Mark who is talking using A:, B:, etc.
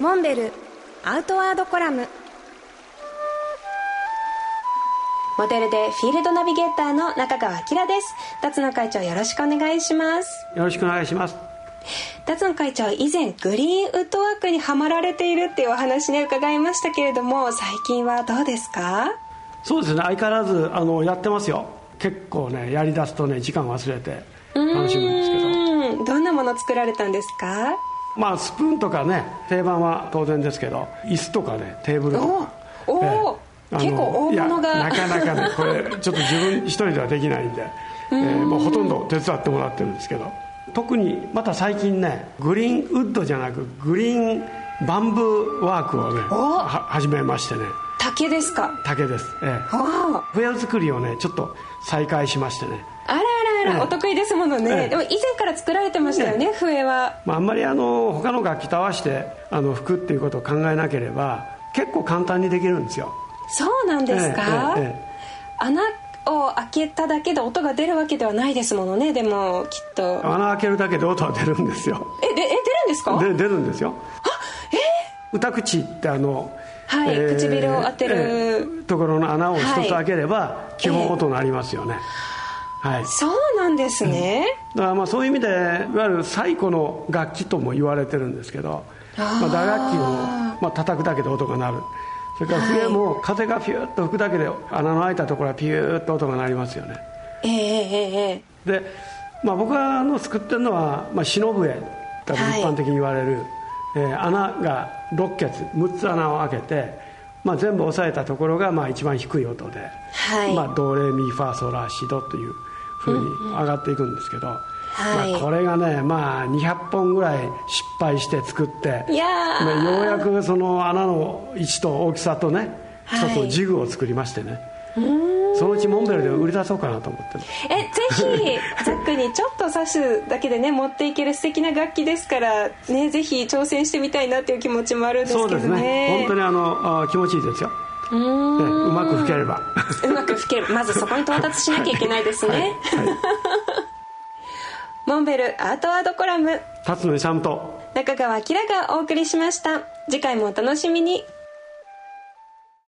A: モンベルアウトワードコラムモデルでフィールドナビゲーターの中川明です辰野会長よろしくお願いします
B: よろしくお願いします
A: 辰野会長以前グリーンウッドワークにはまられているっていうお話ね伺いましたけれども最近はどうですか
B: そうですね相変わらずあのやってますよ結構ねやりだすとね時間忘れて楽しむんですけど
A: うんどんなもの作られたんですか
B: まあスプーンとかね定番は当然ですけど椅子とかねテーブルとか
A: おお
B: ええ
A: 結構大物が
B: いやなかなかねこれちょっと自分一人ではできないんで、ええもうほとんど手伝ってもらってるんですけど特にまた最近ねグリーンウッドじゃなくグリーンバンブーワークをね
A: お
B: は始めましてね
A: 竹ですか
B: 竹です、ええ
A: おお
B: 笛作りをねちょっと再開しましてね、
A: あらあらあら、
B: ええ
A: お得意ですものね、
B: ええ
A: でも以前から作られてましたよね、笛は
B: まあ、あんまりあの他の楽器と合わせてあの吹くっていうことを考えなければ結構簡単にできるんですよ
A: そうなんですか、
B: えええええ
A: 穴を開けただけで音が出るわけではないですものねでもきっと
B: 穴開けるだけで音は出るんですよ
A: えでえ出るんですか
B: で出るんですよ歌口ってあの
A: はい唇を当てる
B: ところの穴を一
A: はい
B: つ開ければ基本音になりますよね、はい
A: そうなんですね、
B: だからまあそういう意味でいわゆる最古の楽器とも言われてるんですけどまあ、打楽器を、まあ叩くだけで音が鳴るそれから笛も風がピューッと吹くだけで穴の開いたところはピューッと音が鳴りますよね
A: ええええええ
B: で、まあ、僕があの作ってるのは、まあ、篠笛と一
A: はい
B: 般的に言われる、えー穴が6穴6つ穴を開けて、まあ、全部押さえたところがまあ一番低い音で、
A: はい、
B: まあ、ドレミファソラシドというふうに上がっていくんですけど、
A: はい
B: まあ、これがね、まあ、200本ぐらい失敗して作って
A: いやー
B: まあようやくその穴の位置と大きさとね
A: はい
B: 一つのジグを作りましてね、そのうちモンベルで売り出そうかなと思ってる
A: えぜひザックにちょっと刺すだけでね持っていける素敵な楽器ですからねぜひ挑戦してみたいなっていう気持ちもあるんですけ
B: そ
A: ど
B: う
A: ね
B: ですね本当にあのあ気持ちいいですよ
A: うーん
B: ねうまく吹ければ
A: うまく吹けるまずそこに到達しなきゃいけないですね、モンベルアートワードコラム
B: 辰野勇と
A: 中川明がお送りしました次回もお楽しみに